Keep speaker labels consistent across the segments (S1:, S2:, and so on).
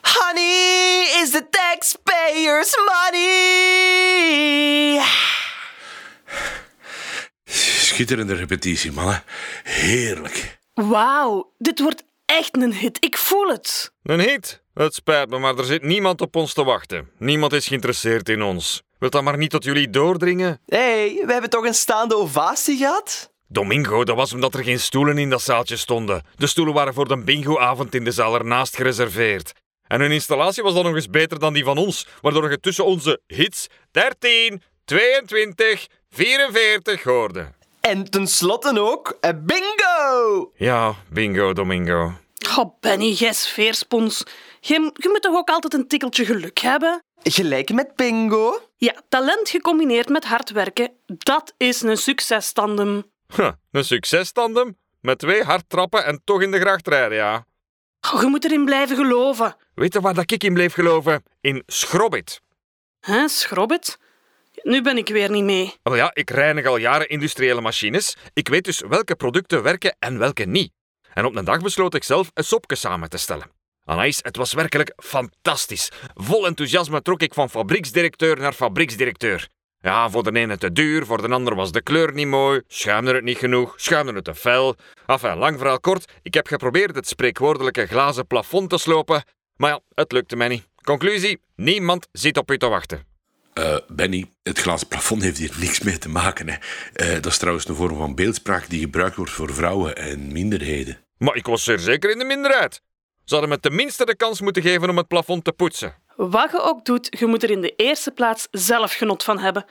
S1: Honey is the taxpayers' money.
S2: Schitterende repetitie, mannen. Heerlijk.
S3: Wauw, dit wordt echt een hit. Ik voel het.
S4: Een hit? Het spijt me, maar er zit niemand op ons te wachten. Niemand is geïnteresseerd in ons. Wilt dat maar niet tot jullie doordringen?
S1: hey, we hebben toch een staande ovatie gehad?
S4: Domingo, dat was omdat er geen stoelen in dat zaaltje stonden. De stoelen waren voor de bingoavond in de zaal ernaast gereserveerd. En hun installatie was dan nog eens beter dan die van ons, waardoor je tussen onze hits 13, 22, 44 hoorde.
S1: En tenslotte ook eh, bingo!
S4: Ja, bingo, Domingo.
S3: Oh, Benny, jij sfeerspons. Je, je moet toch ook altijd een tikkeltje geluk hebben?
S1: Gelijk met bingo.
S3: Ja, talent gecombineerd met hard werken, dat is een succestandem.
S4: Huh, een succestandem? Met twee hard trappen en toch in de gracht rijden, ja.
S3: Oh, je moet erin blijven geloven.
S4: Weet je waar dat ik in bleef geloven? In Schrobbit.
S3: Hè, schrobbet? Nu ben ik weer niet mee.
S4: Wel ja, ik reinig al jaren industriële machines. Ik weet dus welke producten werken en welke niet. En op een dag besloot ik zelf een sopje samen te stellen. Anaïs, het was werkelijk fantastisch. Vol enthousiasme trok ik van fabrieksdirecteur naar fabrieksdirecteur. Ja, voor de ene te duur, voor de ander was de kleur niet mooi, schuimde het niet genoeg, schuimde het te fel. Enfin, lang verhaal kort, ik heb geprobeerd het spreekwoordelijke glazen plafond te slopen, maar ja, het lukte mij niet. Conclusie, niemand zit op u te wachten.
S2: Eh, Benny, het glazen plafond heeft hier niks mee te maken. Hè. Eh, dat is trouwens een vorm van beeldspraak die gebruikt wordt voor vrouwen en minderheden.
S4: Maar ik was zeer zeker in de minderheid. Ze hadden me tenminste de kans moeten geven om het plafond te poetsen.
S3: Wat je ook doet, je moet er in de eerste plaats zelf genot van hebben.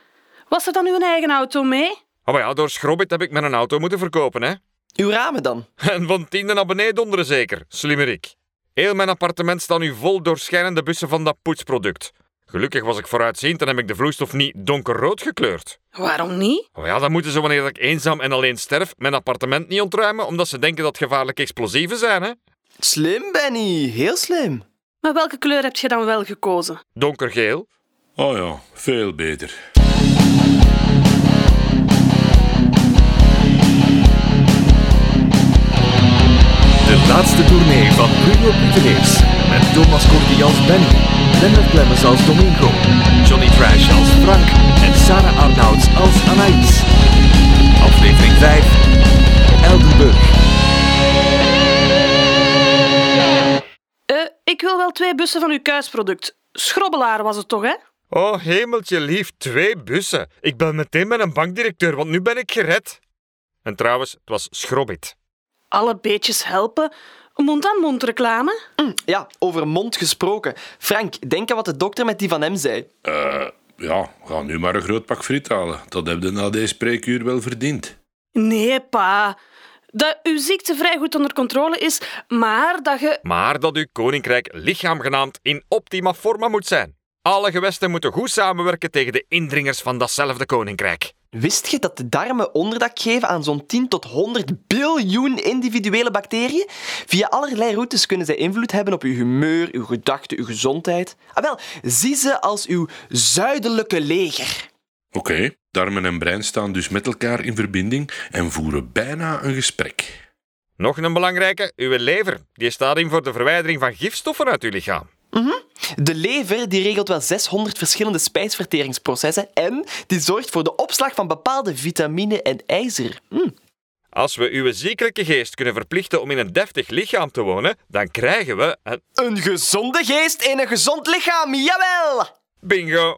S3: Was er dan uw eigen auto mee?
S4: Oh maar ja, door Schrobbit heb ik mijn auto moeten verkopen, hè.
S1: Uw ramen dan.
S4: En van tiende naar beneden donderen zeker, slimmerik. Heel mijn appartement staat nu vol doorschijnende bussen van dat poetsproduct. Gelukkig was ik vooruitziend en heb ik de vloeistof niet donkerrood gekleurd.
S3: Waarom niet?
S4: Oh ja, dan moeten ze wanneer ik eenzaam en alleen sterf mijn appartement niet ontruimen omdat ze denken dat gevaarlijke explosieven zijn, hè.
S1: Slim, Benny. Heel slim.
S3: Maar welke kleur heb je dan wel gekozen?
S4: Donkergeel.
S2: Oh ja, veel beter.
S5: De laatste tournee van Bruno Puteneers. Met Thomas Corti als Benny, Leonard Clemens als Domingo, Johnny Trash als Frank en Sarah Arnouds als Anaïs. Aflevering 5, Eldenburg.
S3: Eh, ik wil wel twee bussen van uw kuisproduct. Schrobbelaar was het toch, hè?
S4: Oh, hemeltje lief, twee bussen. Ik bel meteen met een bankdirecteur, want nu ben ik gered. En trouwens, het was Schrobbit.
S3: Alle beetjes helpen. Mond-aan-mond reclame?
S1: Ja, over mond gesproken. Frank, denk aan wat de dokter met die van hem zei.
S2: Eh, ja, ga nu maar een groot pak friet halen. Dat heb je na deze spreekuur wel verdiend.
S3: Nee, pa. Dat uw ziekte vrij goed onder controle is, maar dat je...
S4: Maar dat uw koninkrijk lichaam genaamd in optima forma moet zijn. Alle gewesten moeten goed samenwerken tegen de indringers van datzelfde koninkrijk.
S1: Wist je dat de darmen onderdak geven aan zo'n 10 tot 100 biljoen individuele bacteriën? Via allerlei routes kunnen zij invloed hebben op uw humeur, uw gedachten, uw gezondheid. Ah wel, zie ze als uw zuidelijke leger.
S2: Oké, darmen en brein staan dus met elkaar in verbinding en voeren bijna een gesprek.
S4: Nog een belangrijke, uw lever. Die staat in voor de verwijdering van gifstoffen uit uw lichaam.
S1: De lever die regelt wel 600 verschillende spijsverteringsprocessen en die zorgt voor de opslag van bepaalde vitamine en ijzer. Hm.
S4: Als we uw ziekelijke geest kunnen verplichten om in een deftig lichaam te wonen, dan krijgen we een
S1: Een gezonde geest in een gezond lichaam, jawel!
S4: bingo.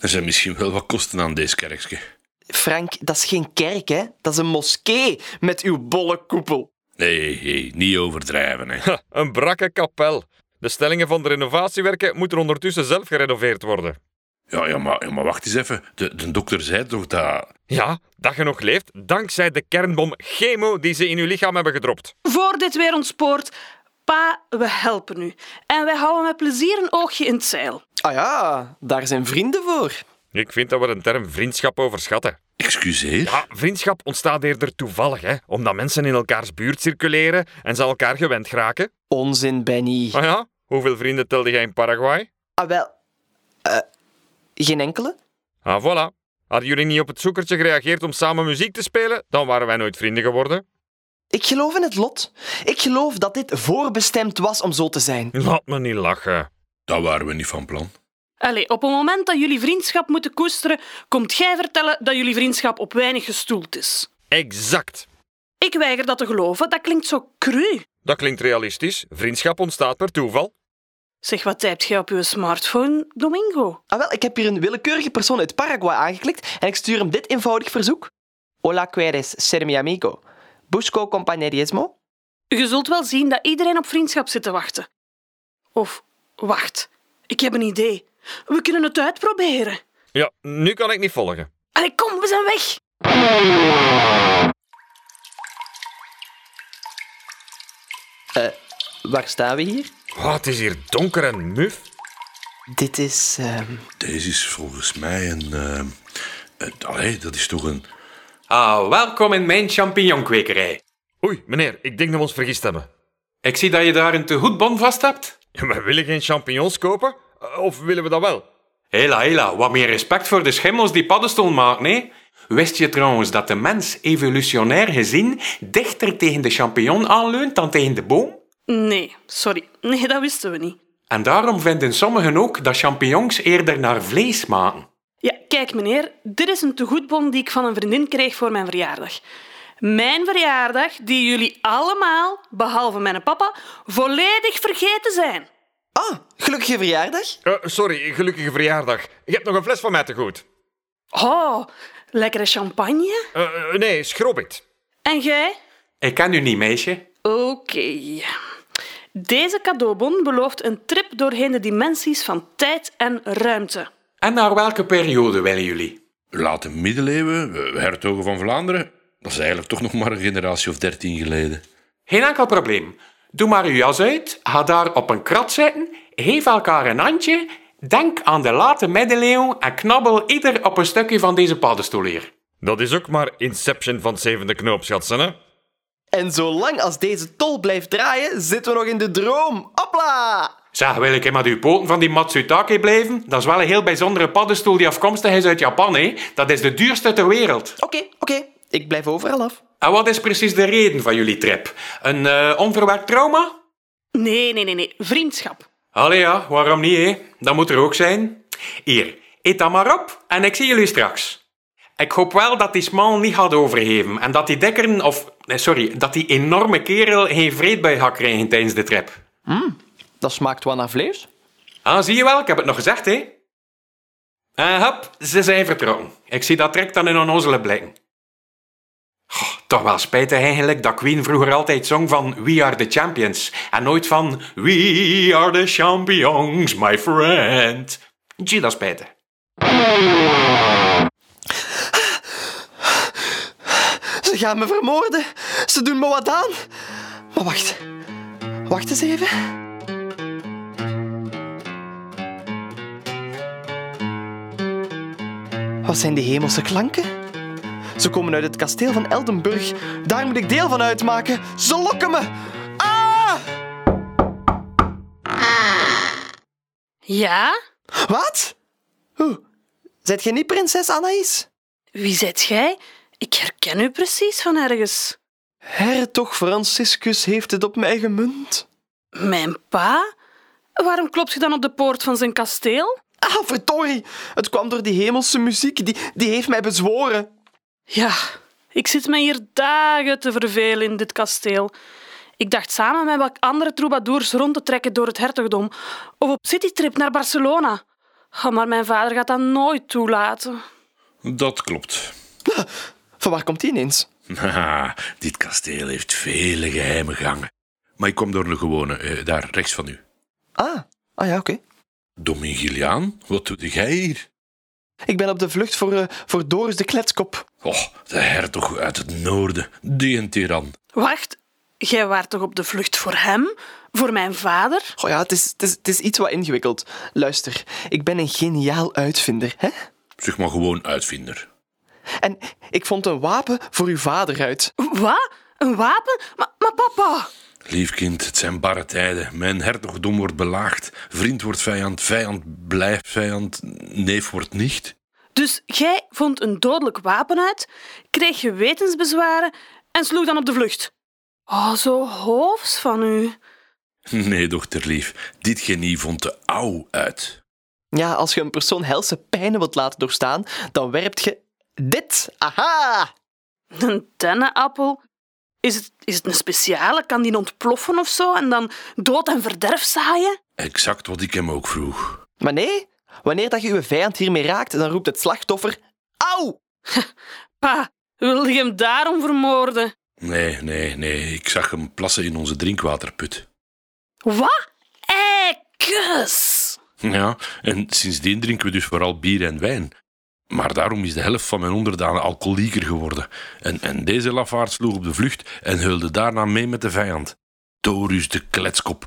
S2: Er zijn misschien wel wat kosten aan deze kerkje.
S1: Frank, dat is geen kerk, hè? Dat is een moskee met uw bolle koepel.
S2: Nee, hey, hey, niet overdrijven. Hè.
S4: Ha, Een brakke kapel. De stellingen van de renovatiewerken moeten ondertussen zelf gerenoveerd worden.
S2: Ja, ja, maar, ja, maar wacht eens even. De, de dokter zei toch dat...
S4: Ja, dat je nog leeft dankzij de kernbom chemo die ze in uw lichaam hebben gedropt.
S3: Voor dit weer ontspoort, pa, we helpen u. En wij houden met plezier een oogje in het zeil.
S1: Ah ja, daar zijn vrienden voor.
S4: Ik vind dat we de term vriendschap overschatten.
S2: Excuseer?
S4: Ja, vriendschap ontstaat eerder toevallig, hè? omdat mensen in elkaars buurt circuleren en ze elkaar gewend geraken.
S1: Onzin, Benny.
S4: Ah ja, hoeveel vrienden telde jij in Paraguay?
S1: Ah wel, eh, geen enkele?
S4: Ah, voilà. Hadden jullie niet op het zoekertje gereageerd om samen muziek te spelen, dan waren wij nooit vrienden geworden.
S1: Ik geloof in het lot. Ik geloof dat dit voorbestemd was om zo te zijn.
S4: Laat me niet lachen.
S2: Daar waren we niet van plan.
S3: Allee, op het moment dat jullie vriendschap moeten koesteren, komt jij vertellen dat jullie vriendschap op weinig gestoeld is.
S4: Exact.
S3: Ik weiger dat te geloven, dat klinkt zo cru.
S4: Dat klinkt realistisch. Vriendschap ontstaat per toeval.
S3: Zeg, wat typt jij op je smartphone, Domingo?
S1: Ah wel, ik heb hier een willekeurige persoon uit Paraguay aangeklikt en ik stuur hem dit eenvoudig verzoek. Hola quieres ser mi amigo? Busco compañerismo?
S3: Je zult wel zien dat iedereen op vriendschap zit te wachten. Of, wacht, ik heb een idee. We kunnen het uitproberen.
S4: Ja, nu kan ik niet volgen.
S3: Allee, kom, we zijn weg.
S1: Eh, Waar staan we hier?
S4: Oh, het is hier donker en muf.
S1: Dit is... ehm,
S2: Deze is volgens mij een. eh, eh, allee, dat is toch een.
S6: Ah, welkom in mijn champignonkwekerij.
S4: Oei, meneer, ik denk dat we ons vergist hebben.
S6: Ik zie dat je daar een te goed bon vast hebt.
S4: Ja, maar willen geen champignons kopen? Eh, Of willen we dat wel?
S6: Hela, hela, wat meer respect voor de schimmels die paddenstoel maken, hè? Wist je trouwens dat de mens evolutionair gezien dichter tegen de champignon aanleunt dan tegen de boom?
S3: Nee, sorry. Nee, dat wisten we niet.
S6: En daarom vinden sommigen ook dat champignons eerder naar vlees smaken.
S3: Ja, kijk meneer, dit is een tegoedbon die ik van een vriendin kreeg voor mijn verjaardag. Mijn verjaardag die jullie allemaal, behalve mijn papa, volledig vergeten zijn.
S1: Ah, gelukkige verjaardag.
S4: Eh, sorry, gelukkige verjaardag. Je hebt nog een fles van mij te goed.
S3: Oh, lekkere champagne.
S4: Eh, eh, nee, schrobbit.
S3: En jij?
S6: Ik ken u niet, meisje.
S3: Oké. Deze cadeaubon belooft een trip doorheen de dimensies van tijd en ruimte.
S6: En naar welke periode willen jullie?
S2: Late middeleeuwen, eh, hertogen van Vlaanderen. Dat is eigenlijk toch nog maar een generatie of dertien geleden.
S6: Geen enkel probleem. Doe maar uw jas uit, ga daar op een krat zitten, geef elkaar een handje, denk aan de late middeleeuwen en knabbel ieder op een stukje van deze paddenstoel hier.
S4: Dat is ook maar Inception van zevende knoop, schatsen, hè?
S1: En zolang als deze tol blijft draaien, zitten we nog in de droom. Hopla!
S6: Zeg, wil ik met uw poten van die Matsutake blijven? Dat is wel een heel bijzondere paddenstoel die afkomstig is uit Japan, hè? Dat is de duurste ter wereld.
S1: Oké, oké. Ik blijf overal af.
S6: En wat is precies de reden van jullie trip? Een eh, onverwerkt trauma?
S3: Nee, nee, nee, nee. Vriendschap.
S6: Allee ja, waarom niet, hè? Dat moet er ook zijn. Hier, eet dat maar op en ik zie jullie straks. Ik hoop wel dat die smal niet gaat overgeven en dat die dikkeren, of... nee, Sorry, dat die enorme kerel geen vreedbui gaat krijgen tijdens de trip.
S1: Dat smaakt wel naar vlees.
S6: Ah, zie je wel, ik heb het nog gezegd, hè? En hop, ze zijn vertrokken. Ik zie dat trek dan in onnozele blikken. Goh, toch wel spijtig eigenlijk dat Queen vroeger altijd zong van We are the champions en nooit van We are the champions, my friend. Gee, dat is spijtig.
S1: Ze gaan me vermoorden. Ze doen me wat aan. Maar wacht. Wacht eens even. Wat zijn die hemelse klanken? Ze komen uit het kasteel van Eldenburg. Daar moet ik deel van uitmaken. Ze lokken me. Ah!
S3: Ja?
S1: Wat? Oeh. Zijt jij niet prinses Anaïs?
S3: Wie zijt jij? Ik herken u precies van ergens.
S1: Hertog Franciscus heeft het op mij gemunt.
S3: Mijn pa? Waarom klopt je dan op de poort van zijn kasteel?
S1: Ah, verdorie. Het kwam door die hemelse muziek. Die, die heeft mij bezworen.
S3: Ja, ik zit me hier dagen te vervelen in dit kasteel. Ik dacht samen met wat andere troubadours rond te trekken door het hertogdom of op citytrip naar Barcelona. Ah, maar mijn vader gaat dat nooit toelaten.
S2: Dat klopt.
S1: Van waar komt die ineens?
S2: Haha, dit kasteel heeft vele geheime gangen. Maar ik kom door een gewone, eh, daar rechts van u.
S1: Ah, ah ja, oké.
S2: Domingiliaan, wat doe jij hier?
S1: Ik ben op de vlucht voor, eh, voor Doris de Kletskop.
S2: Och, de hertog uit het noorden, die een tiran.
S3: Wacht, jij waart toch op de vlucht voor hem? Voor mijn vader?
S1: Oh ja, het is, het, is, het is iets wat ingewikkeld. Luister, ik ben een geniaal uitvinder, hè?
S2: Zeg maar gewoon uitvinder.
S1: En ik vond een wapen voor uw vader uit.
S3: Wat? Een wapen? Maar, maar papa...
S2: Lief kind, het zijn barre tijden. Mijn hertogdom wordt belaagd. Vriend wordt vijand, vijand blijft vijand, neef wordt nicht.
S3: Dus jij vond een dodelijk wapen uit, kreeg gewetensbezwaren en sloeg dan op de vlucht. Oh, zo hoofs van u.
S2: Nee, dochterlief, dit genie vond de ouw uit.
S1: Ja, als je een persoon helse pijnen wilt laten doorstaan, dan werpt je dit. Aha!
S3: Een dennenappel? Is het, is het een speciale? Kan die ontploffen of zo en dan dood en verderf zaaien?
S2: Exact wat ik hem ook vroeg.
S1: Maar nee, wanneer dat je je vijand hiermee raakt, dan roept het slachtoffer... Auw!
S3: Pa, wilde je hem daarom vermoorden?
S2: Nee, nee, nee, ik zag hem plassen in onze drinkwaterput.
S3: Wat? Ekkes!
S2: Ja, en sindsdien drinken we dus vooral bier en wijn. Maar daarom is de helft van mijn onderdanen alcoholieker geworden. En, en deze lafaard sloeg op de vlucht en heulde daarna mee met de vijand. Dorus de kletskop.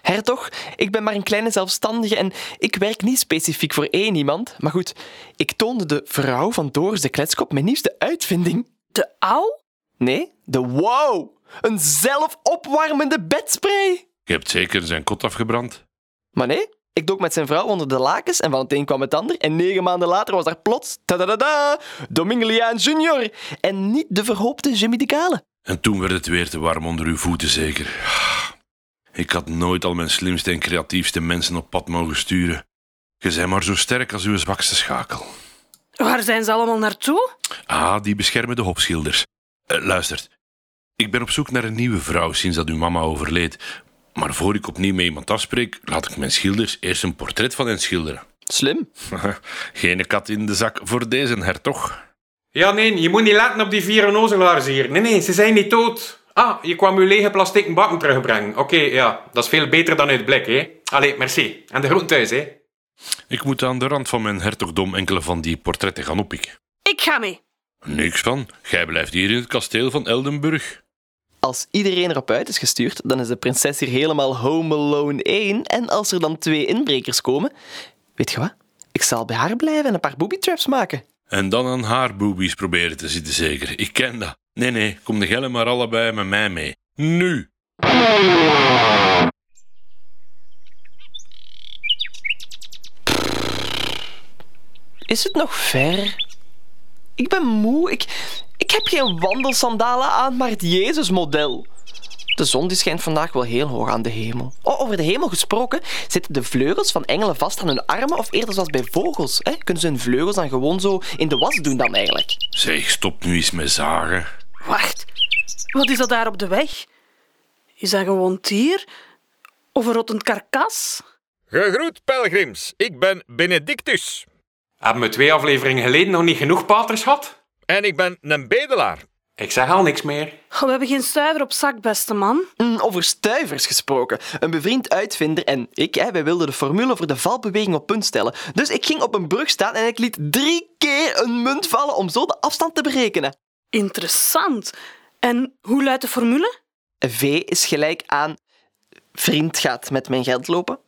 S1: Hertog, ik ben maar een kleine zelfstandige en ik werk niet specifiek voor één iemand. Maar goed, ik toonde de vrouw van Doris de Kletskop mijn nieuwste uitvinding.
S3: De ouw?
S1: Nee, de wow! Een zelfopwarmende bedspray!
S2: Je hebt zeker zijn kot afgebrand.
S1: Maar nee, ik dook met zijn vrouw onder de lakens en van het een kwam het ander. En negen maanden later was daar plots, tadadada, Domingeliaan junior. En niet de verhoopte Jimmy de Kale.
S2: En toen werd het weer te warm onder uw voeten, zeker. Ik had nooit al mijn slimste en creatiefste mensen op pad mogen sturen. Je bent maar zo sterk als uw zwakste schakel.
S3: Waar zijn ze allemaal naartoe?
S2: Ah, die beschermen de hopschilders. Eh, luistert, ik ben op zoek naar een nieuwe vrouw sinds dat uw mama overleed. Maar voor ik opnieuw met iemand afspreek, laat ik mijn schilders eerst een portret van hen schilderen.
S1: Slim.
S2: Geen kat in de zak voor deze hertog.
S6: Ja, nee, je moet niet letten op die vier onnozelaars hier. Nee, nee, ze zijn niet dood. Ah, je kwam uw lege plastic bakken terugbrengen. Oké, ja, dat is veel beter dan uit blik, hè. Allee, merci. En de groen thuis, hè.
S2: Ik moet aan de rand van mijn hertogdom enkele van die portretten gaan oppikken.
S3: Ik ga mee.
S2: Niks van, gij blijft hier in het kasteel van Eldenburg.
S1: Als iedereen erop uit is gestuurd, dan is de prinses hier helemaal Home Alone 1. En als er dan twee inbrekers komen... Weet je wat? Ik zal bij haar blijven en een paar booby traps maken.
S2: En dan aan haar boobies proberen te zitten, zeker. Ik ken dat. Nee, nee, kom de gellen maar allebei met mij mee. Nu!
S1: Is het nog ver? Ik ben moe. Ik, ik heb geen wandelsandalen aan, maar het Jezus-model. De zon die schijnt vandaag wel heel hoog aan de hemel. Oh, over de hemel gesproken, zitten de vleugels van engelen vast aan hun armen of eerder zoals bij vogels? Hè? Kunnen ze hun vleugels dan gewoon zo in de was doen dan eigenlijk?
S2: Zeg, stop nu eens met zagen.
S3: Wacht, wat is dat daar op de weg? Is dat gewoon dier? Of een rottend karkas?
S4: Gegroet, pelgrims. Ik ben Benedictus.
S6: Hebben we twee afleveringen geleden nog niet genoeg paters gehad?
S4: En ik ben een bedelaar.
S6: Ik zeg al niks meer.
S3: Oh, we hebben geen stuiver op zak, beste man.
S1: Mm, over stuivers gesproken. Een bevriend uitvinder en ik, hè, wij wilden de formule voor de valbeweging op punt stellen. Dus ik ging op een brug staan en ik liet drie keer een munt vallen om zo de afstand te berekenen.
S3: Interessant. En hoe luidt de formule?
S1: V is gelijk aan vriend gaat met mijn geld lopen.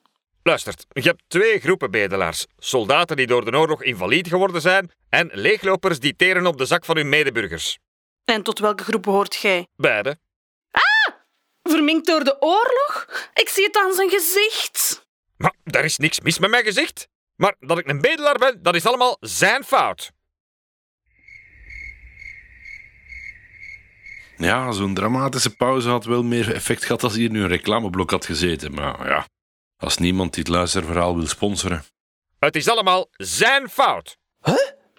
S4: Luistert, je hebt twee groepen bedelaars. Soldaten die door de oorlog invalide geworden zijn en leeglopers die teren op de zak van hun medeburgers.
S3: En tot welke groep behoort jij?
S4: Beide.
S3: Verminkt door de oorlog? Ik zie het aan zijn gezicht.
S4: Maar daar is niks mis met mijn gezicht. Maar dat ik een bedelaar ben, dat is allemaal zijn fout.
S2: Ja, zo'n dramatische pauze had wel meer effect gehad als hier nu een reclameblok had gezeten. Maar ja, als niemand dit luisterverhaal wil sponsoren.
S4: Het is allemaal zijn fout.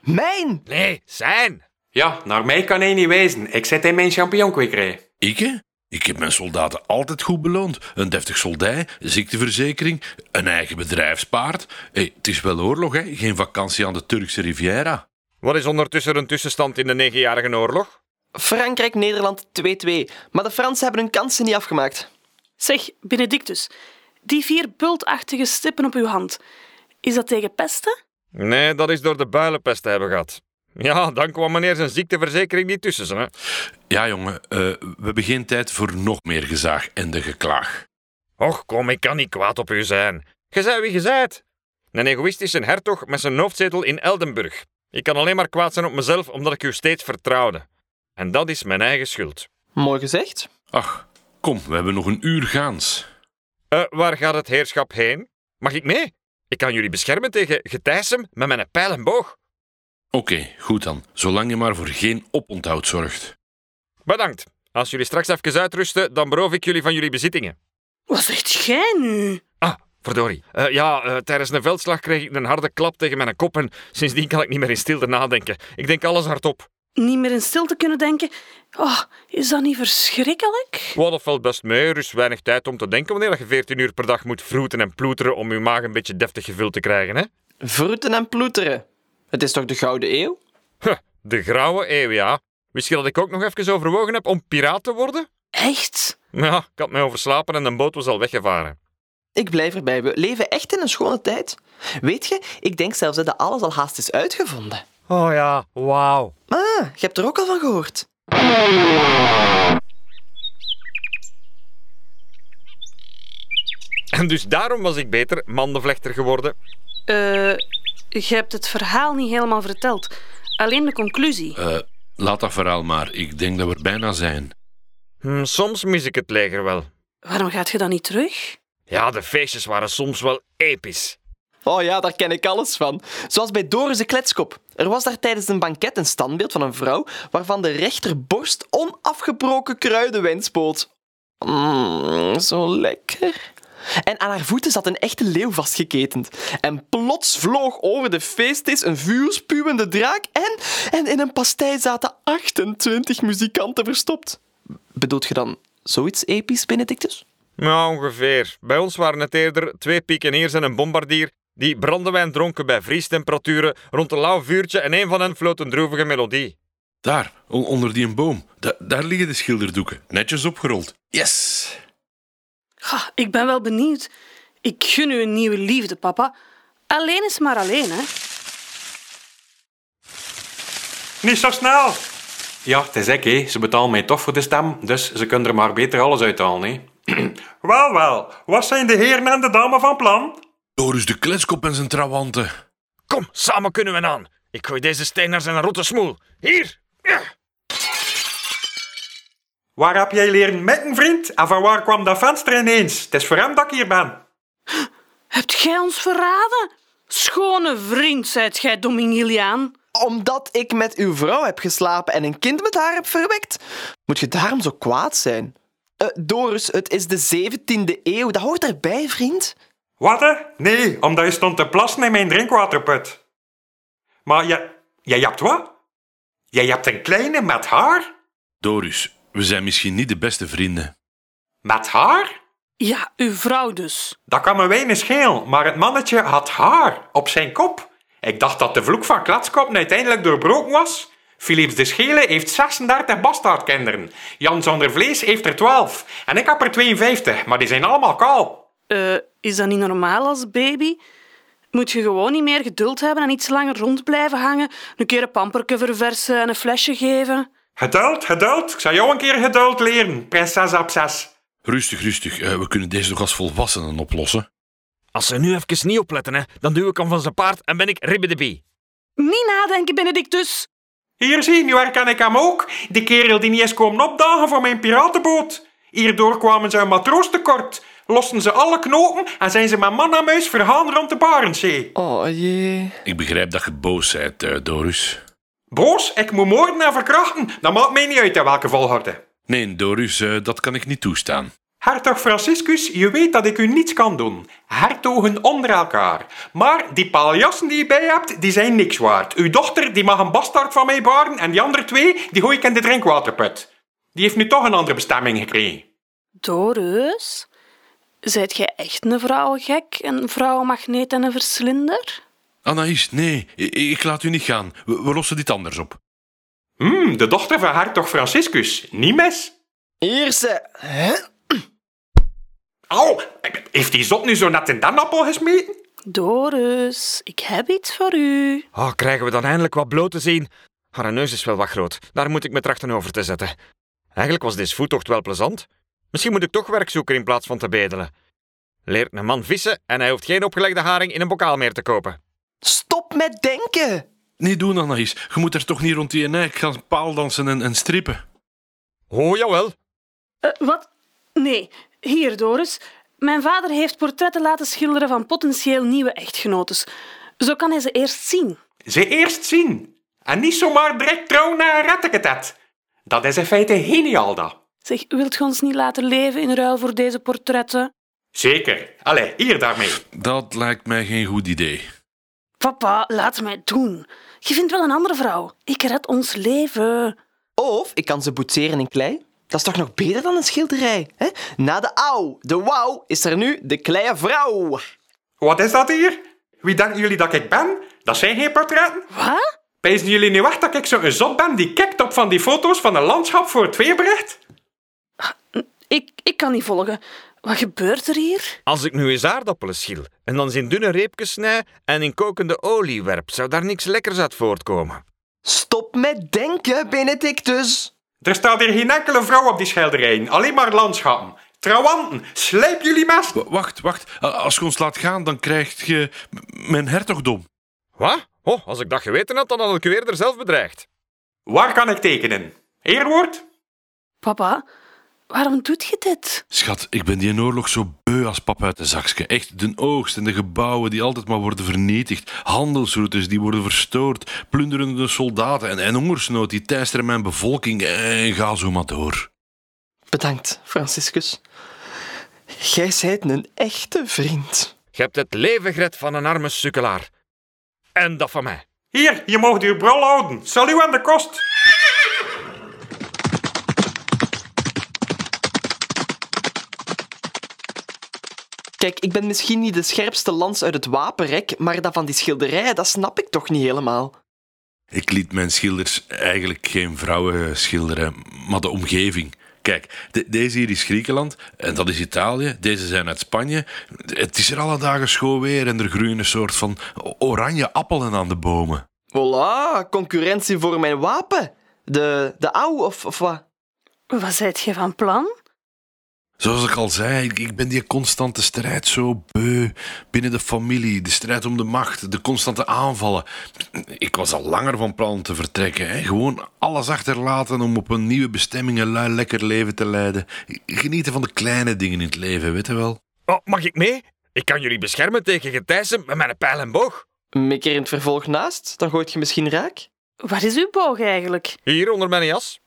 S1: Mijn!
S4: Nee, zijn.
S6: Ja, naar mij kan hij niet wijzen. Ik zit in mijn champignonkwekerij.
S2: Ik hè? Ik heb mijn soldaten altijd goed beloond. Een deftig soldij, ziekteverzekering, een eigen bedrijfspaard. Hé, het is wel oorlog, hè? geen vakantie aan de Turkse Riviera.
S4: Wat is ondertussen een tussenstand in de negenjarige oorlog?
S1: Frankrijk-Nederland 2-2. Maar de Fransen hebben hun kansen niet afgemaakt.
S3: Zeg, Benedictus, die vier bultachtige stippen op uw hand, is dat tegen pesten?
S4: Nee, dat is door de builenpest te hebben gehad. Ja, dan kwam meneer zijn ziekteverzekering niet tussen ze. Hè?
S2: Ja, jongen, eh, we hebben geen tijd voor nog meer gezaag en de geklaag.
S4: Och, kom, ik kan niet kwaad op u zijn. Je zei wie je zijt. Een egoïstische hertog met zijn hoofdzetel in Eldenburg. Ik kan alleen maar kwaad zijn op mezelf omdat ik u steeds vertrouwde. En dat is mijn eigen schuld.
S1: Mooi gezegd.
S2: Ach, kom, we hebben nog een uur gaans.
S4: Eh, waar gaat het heerschap heen? Mag ik mee? Ik kan jullie beschermen tegen getijsem met mijn pijl en boog.
S2: Oké, goed dan, zolang je maar voor geen oponthoud zorgt.
S4: Bedankt. Als jullie straks even uitrusten, dan beroof ik jullie van jullie bezittingen.
S3: Wat zegt jij nu?
S4: Ah, verdorie. Eh, ja, eh, tijdens een veldslag kreeg ik een harde klap tegen mijn kop en sindsdien kan ik niet meer in stilte nadenken. Ik denk alles hardop.
S3: Niet meer in stilte kunnen denken. Oh, is dat niet verschrikkelijk?
S4: Wat dat valt best mee, er is weinig tijd om te denken wanneer dat je 14 uur per dag moet vroeten en ploeteren om je maag een beetje deftig gevuld te krijgen, hè?
S1: Vroeten en ploeteren. Het is toch de Gouden Eeuw?
S4: Huh, de grauwe eeuw, ja. Wist je dat ik ook nog even overwogen heb om piraat te worden?
S3: Echt?
S4: Ja, ik had mij overslapen en de boot was al weggevaren.
S1: Ik blijf erbij. We leven echt in een schone tijd. Weet je, ik denk zelfs hè, dat alles al haast is uitgevonden.
S4: Oh ja, wauw.
S1: Ah, je hebt er ook al van gehoord.
S4: En dus daarom was ik beter mandenvlechter geworden.
S3: Eh, je hebt het verhaal niet helemaal verteld. Alleen de conclusie.
S2: Eh, laat dat verhaal maar. Ik denk dat we er bijna zijn.
S4: Hm, soms mis ik het leger wel.
S3: Waarom gaat je dan niet terug?
S4: Ja, de feestjes waren soms wel episch.
S1: Oh ja, daar ken ik alles van. Zoals bij Doris de Kletskop. Er was daar tijdens een banket een standbeeld van een vrouw waarvan de rechterborst onafgebroken kruidenwijn spoot. Mmm, zo lekker. En aan haar voeten zat een echte leeuw vastgeketend. En plots vloog over de feestdis een vuurspuwende draak en, en in een pastei zaten 28 muzikanten verstopt. Bedoelt je dan zoiets episch, Benedictus?
S4: Ja, ongeveer. Bij ons waren het eerder twee pikeniers en een bombardier die brandewijn dronken bij vriestemperaturen rond een lauw vuurtje en een van hen floot een droevige melodie.
S2: Daar, o- onder die boom. Da- daar liggen de schilderdoeken. Netjes opgerold. Yes!
S3: Ha, Ah, ik ben wel benieuwd. Ik gun u een nieuwe liefde, papa. Alleen is maar alleen, hè?
S6: Niet zo snel! Ja, het is ik, hè. Ze betalen mij toch voor de stem, dus ze kunnen er maar beter alles uithalen, hè. wel, wel. Wat zijn de heren en de dame van plan?
S2: Doris de kletskop en zijn trawanten.
S4: Kom, samen kunnen we aan. Ik gooi deze steen naar zijn rotte smoel. Hier! Ja.
S6: Waar heb jij leren mikken, vriend? En van waar kwam dat venster ineens? Het is voor hem dat ik hier ben.
S3: Hebt gij ons verraden? Schone vriend, zijt gij, Domingiliaan.
S1: Omdat ik met uw vrouw heb geslapen en een kind met haar heb verwekt? Moet je daarom zo kwaad zijn? Eh, Doris, het is de 17e eeuw. Dat hoort erbij, vriend.
S6: Wat, hè? Nee, omdat je stond te plassen in mijn drinkwaterput. Maar jij... Jij hebt wat? Jij hebt een kleine met haar?
S2: Doris, we zijn misschien niet de beste vrienden.
S6: Met haar?
S3: Ja, uw vrouw dus.
S6: Dat kan me weinig schelen, maar het mannetje had haar op zijn kop. Ik dacht dat de vloek van Kletskoppen uiteindelijk doorbroken was. Philips de Schele heeft 36 bastaardkinderen. Jan zonder vlees heeft er 12. En ik heb er 52, maar die zijn allemaal kaal.
S3: Eh, is dat niet normaal als baby? Moet je gewoon niet meer geduld hebben en iets langer rond blijven hangen, een keer een pamperke verversen en een flesje geven?
S6: Geduld, geduld. Ik zal jou een keer geduld leren, prinses Abses.
S2: Rustig, rustig. Eh, we kunnen deze nog als volwassenen oplossen.
S4: Als ze nu even niet opletten, hè, dan duw ik hem van zijn paard en ben ik ribbedebie.
S3: Niet nadenken, dus. Benedictus.
S6: Hier zie, nu herken ik hem ook. Die kerel die niet is komen opdagen voor mijn piratenboot. Hierdoor kwamen ze een matroos tekort. Losten ze alle knopen en zijn ze met man en muis vergaan rond de Barentszee.
S1: Oh jee.
S2: Ik begrijp dat je boos bent, eh, Doris.
S6: Boos, ik moet moorden en verkrachten. Dat maakt mij niet uit in welke volgorde.
S2: Nee, Doris, eh, dat kan ik niet toestaan.
S6: Hertog Franciscus, je weet dat ik u niets kan doen. Hertogen onder elkaar. Maar die paljassen die je bij hebt, die zijn niks waard. Uw dochter, die mag een bastard van mij baren en die andere twee, die gooi ik in de drinkwaterput. Die heeft nu toch een andere bestemming gekregen.
S3: Doris, zijt jij echt een vrouwengek, een vrouwenmagneet en een verslinder?
S2: Anaïs, nee, i- i- ik, laat u niet gaan. We, we lossen dit anders op.
S6: Hmm, de dochter van hertog Franciscus. Niet mis.
S1: Hier ze. Hè?
S6: Au, heeft die zot nu zo net in den appel gesmeten?
S3: Doris, ik heb iets voor u.
S4: Oh, krijgen we dan eindelijk wat bloot te zien? Haar neus is wel wat groot. Daar moet ik me trachten over te zetten. Eigenlijk was deze voettocht wel plezant. Misschien moet ik toch werk zoeken in plaats van te bedelen. Leert een man vissen en hij hoeft geen opgelegde haring in een bokaal meer te kopen.
S1: Stop met denken.
S2: Niet doen, Anaïs. Je moet er toch niet rond die eik gaan paaldansen en, en strippen.
S4: Oh, jawel.
S3: Eh, wat? Nee, hier, Doris. Mijn vader heeft portretten laten schilderen van potentieel nieuwe echtgenotes. Zo kan hij ze eerst zien.
S6: ze eerst zien. En niet zomaar direct trouwen naar een rattenketet. Dat is in feite geniaal, dat.
S3: Zeg, wilt je ons niet laten leven in ruil voor deze portretten?
S6: Zeker. Allee, hier daarmee.
S2: Dat lijkt mij geen goed idee.
S3: Papa, laat mij doen. Je vindt wel een andere vrouw. Ik red ons leven.
S1: Of ik kan ze boetseren in klei. Dat is toch nog beter dan een schilderij? Hè? Na de au, de wauw, is er nu de kleie vrouw.
S6: Wat is dat hier? Wie denken jullie dat ik ben? Dat zijn geen portretten.
S3: Wat?
S6: Pezen jullie nu echt dat ik zo'n zot ben die kijkt op van die foto's van een landschap voor het weerbericht?
S3: Ik, ik kan niet volgen. Wat gebeurt er hier?
S4: Als ik nu eens aardappelen schil en dan ze in dunne reepjes snij en in kokende olie werp, zou daar niks lekkers uit voortkomen.
S1: Stop met denken, dus. Benedictus.
S6: Er staat hier geen enkele vrouw op die schilderijen, alleen maar landschappen. Trouwanten, slijp jullie mes!
S2: W- wacht, wacht. A- Als je ons laat gaan, dan krijg je m- mijn hertogdom.
S4: Wat? Oh, als ik dat geweten had, dan had ik u eerder zelf bedreigd.
S6: Waar kan ik tekenen? Eerwoord?
S3: Papa, waarom doet je dit?
S2: Schat, ik ben die in oorlog zo beu als pap uit de zakske. Echt, de oogst en de gebouwen die altijd maar worden vernietigd. Handelsroutes die worden verstoord. Plunderende soldaten en, en hongersnood die teisteren mijn bevolking. En ga zo maar door.
S1: Bedankt, Franciscus. Jij zijt een echte vriend.
S4: Je hebt het leven gered van een arme sukkelaar. En dat van mij.
S6: Hier, je mag uw brol houden. Salut aan de kost.
S1: Kijk, ik ben misschien niet de scherpste lans uit het wapenrek, maar dat van die schilderijen, dat snap ik toch niet helemaal.
S2: Ik liet mijn schilders eigenlijk geen vrouwen schilderen, maar de omgeving. Kijk, de- deze hier is Griekenland en dat is Italië. Deze zijn uit Spanje. Het is er alle dagen schoon weer en er groeien een soort van oranje appelen aan de bomen.
S1: Voilà, concurrentie voor mijn wapen. De, de au of, of wat?
S3: Wat zijt je van plan?
S2: Zoals ik al zei, ik- ik ben die constante strijd zo beu. Binnen de familie, de strijd om de macht, de constante aanvallen. Ik was al langer van plan te vertrekken. Hè. Gewoon alles achterlaten om op een nieuwe bestemming een lui lekker leven te leiden. Genieten van de kleine dingen in het leven, weet je wel.
S4: Oh, mag ik mee? Ik kan jullie beschermen tegen getijzen met mijn pijl en boog.
S1: Mikker in het vervolg naast, dan gooit je misschien raak.
S3: Wat is uw boog eigenlijk?
S4: Hier onder mijn jas.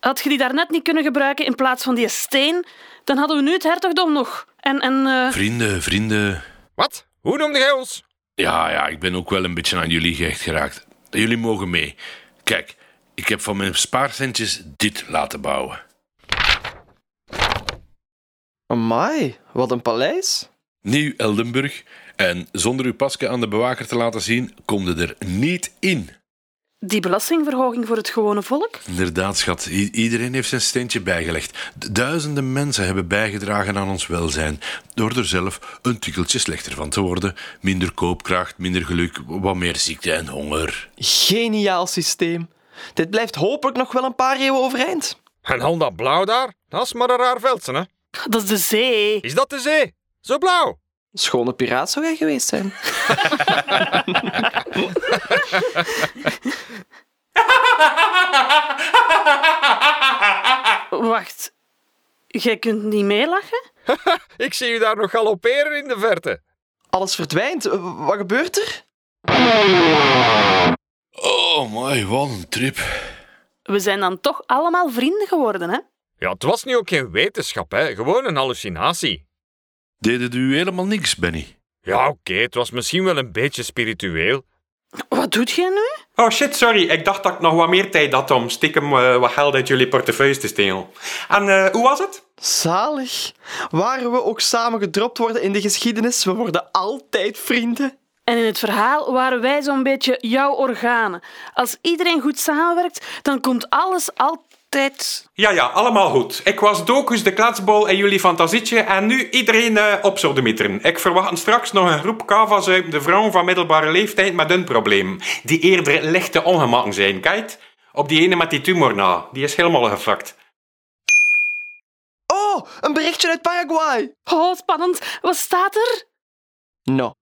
S3: Had je die daarnet niet kunnen gebruiken in plaats van die steen? Dan hadden we nu het hertogdom nog. En, en eh,
S2: Vrienden, vrienden.
S4: Wat? Hoe noemde jij ons?
S2: Ja, ja, ik ben ook wel een beetje aan jullie gehecht geraakt. Jullie mogen mee. Kijk, ik heb van mijn spaarcentjes dit laten bouwen.
S1: Amai, wat een paleis.
S2: Nieuw Eldenburg. En zonder uw pasken aan de bewaker te laten zien, kom je er niet in.
S3: die belastingverhoging voor het gewone volk?
S2: Inderdaad, schat. I- iedereen heeft zijn steentje bijgelegd. D- Duizenden mensen hebben bijgedragen aan ons welzijn. Door er zelf een tikkeltje slechter van te worden. Minder koopkracht, minder geluk, wat meer ziekte en honger.
S1: Geniaal systeem. Dit blijft hopelijk nog wel een paar eeuwen overeind.
S4: En al dat blauw daar, dat is maar een raar veldje, hè?
S3: Dat is de zee.
S4: Is dat de zee? Zo blauw?
S1: Schone piraat zou jij geweest zijn.
S3: Wacht, jij kunt niet meelachen?
S4: Ik zie u daar nog galopperen in de verte.
S1: Alles verdwijnt. Eh, Wat gebeurt er?
S2: Oh my, wat een trip.
S3: We zijn dan toch allemaal vrienden geworden, hè?
S4: Ja, het was nu ook geen wetenschap, hè? Gewoon een hallucinatie.
S2: Deed het u helemaal niks, Benny?
S4: Ja, oké, het was misschien wel een beetje spiritueel.
S3: Wat doet jij nu?
S6: Oh shit, sorry. Ik dacht dat ik nog wat meer tijd had om stiekem eh, wat geld uit jullie portefeuille te stelen. En eh, hoe was het?
S1: Zalig. Waar we ook samen gedropt worden in de geschiedenis, we worden altijd vrienden.
S3: En in het verhaal waren wij zo'n beetje jouw organen. Als iedereen goed samenwerkt, dan komt alles altijd.
S6: Ja, ja, allemaal goed. Ik was Docus de klaatsbol in jullie fantasietje en nu iedereen eh op zodemieteren. Ik verwacht straks nog een groep kavazuipende vrouwen van middelbare leeftijd met hun probleem. Die eerder lichte ongemakken zijn, kijk. Op die ene met die tumor na. Die is helemaal gefrakt.
S1: Oh, een berichtje uit Paraguay.
S3: Oh, spannend. Wat staat er?
S1: Nou,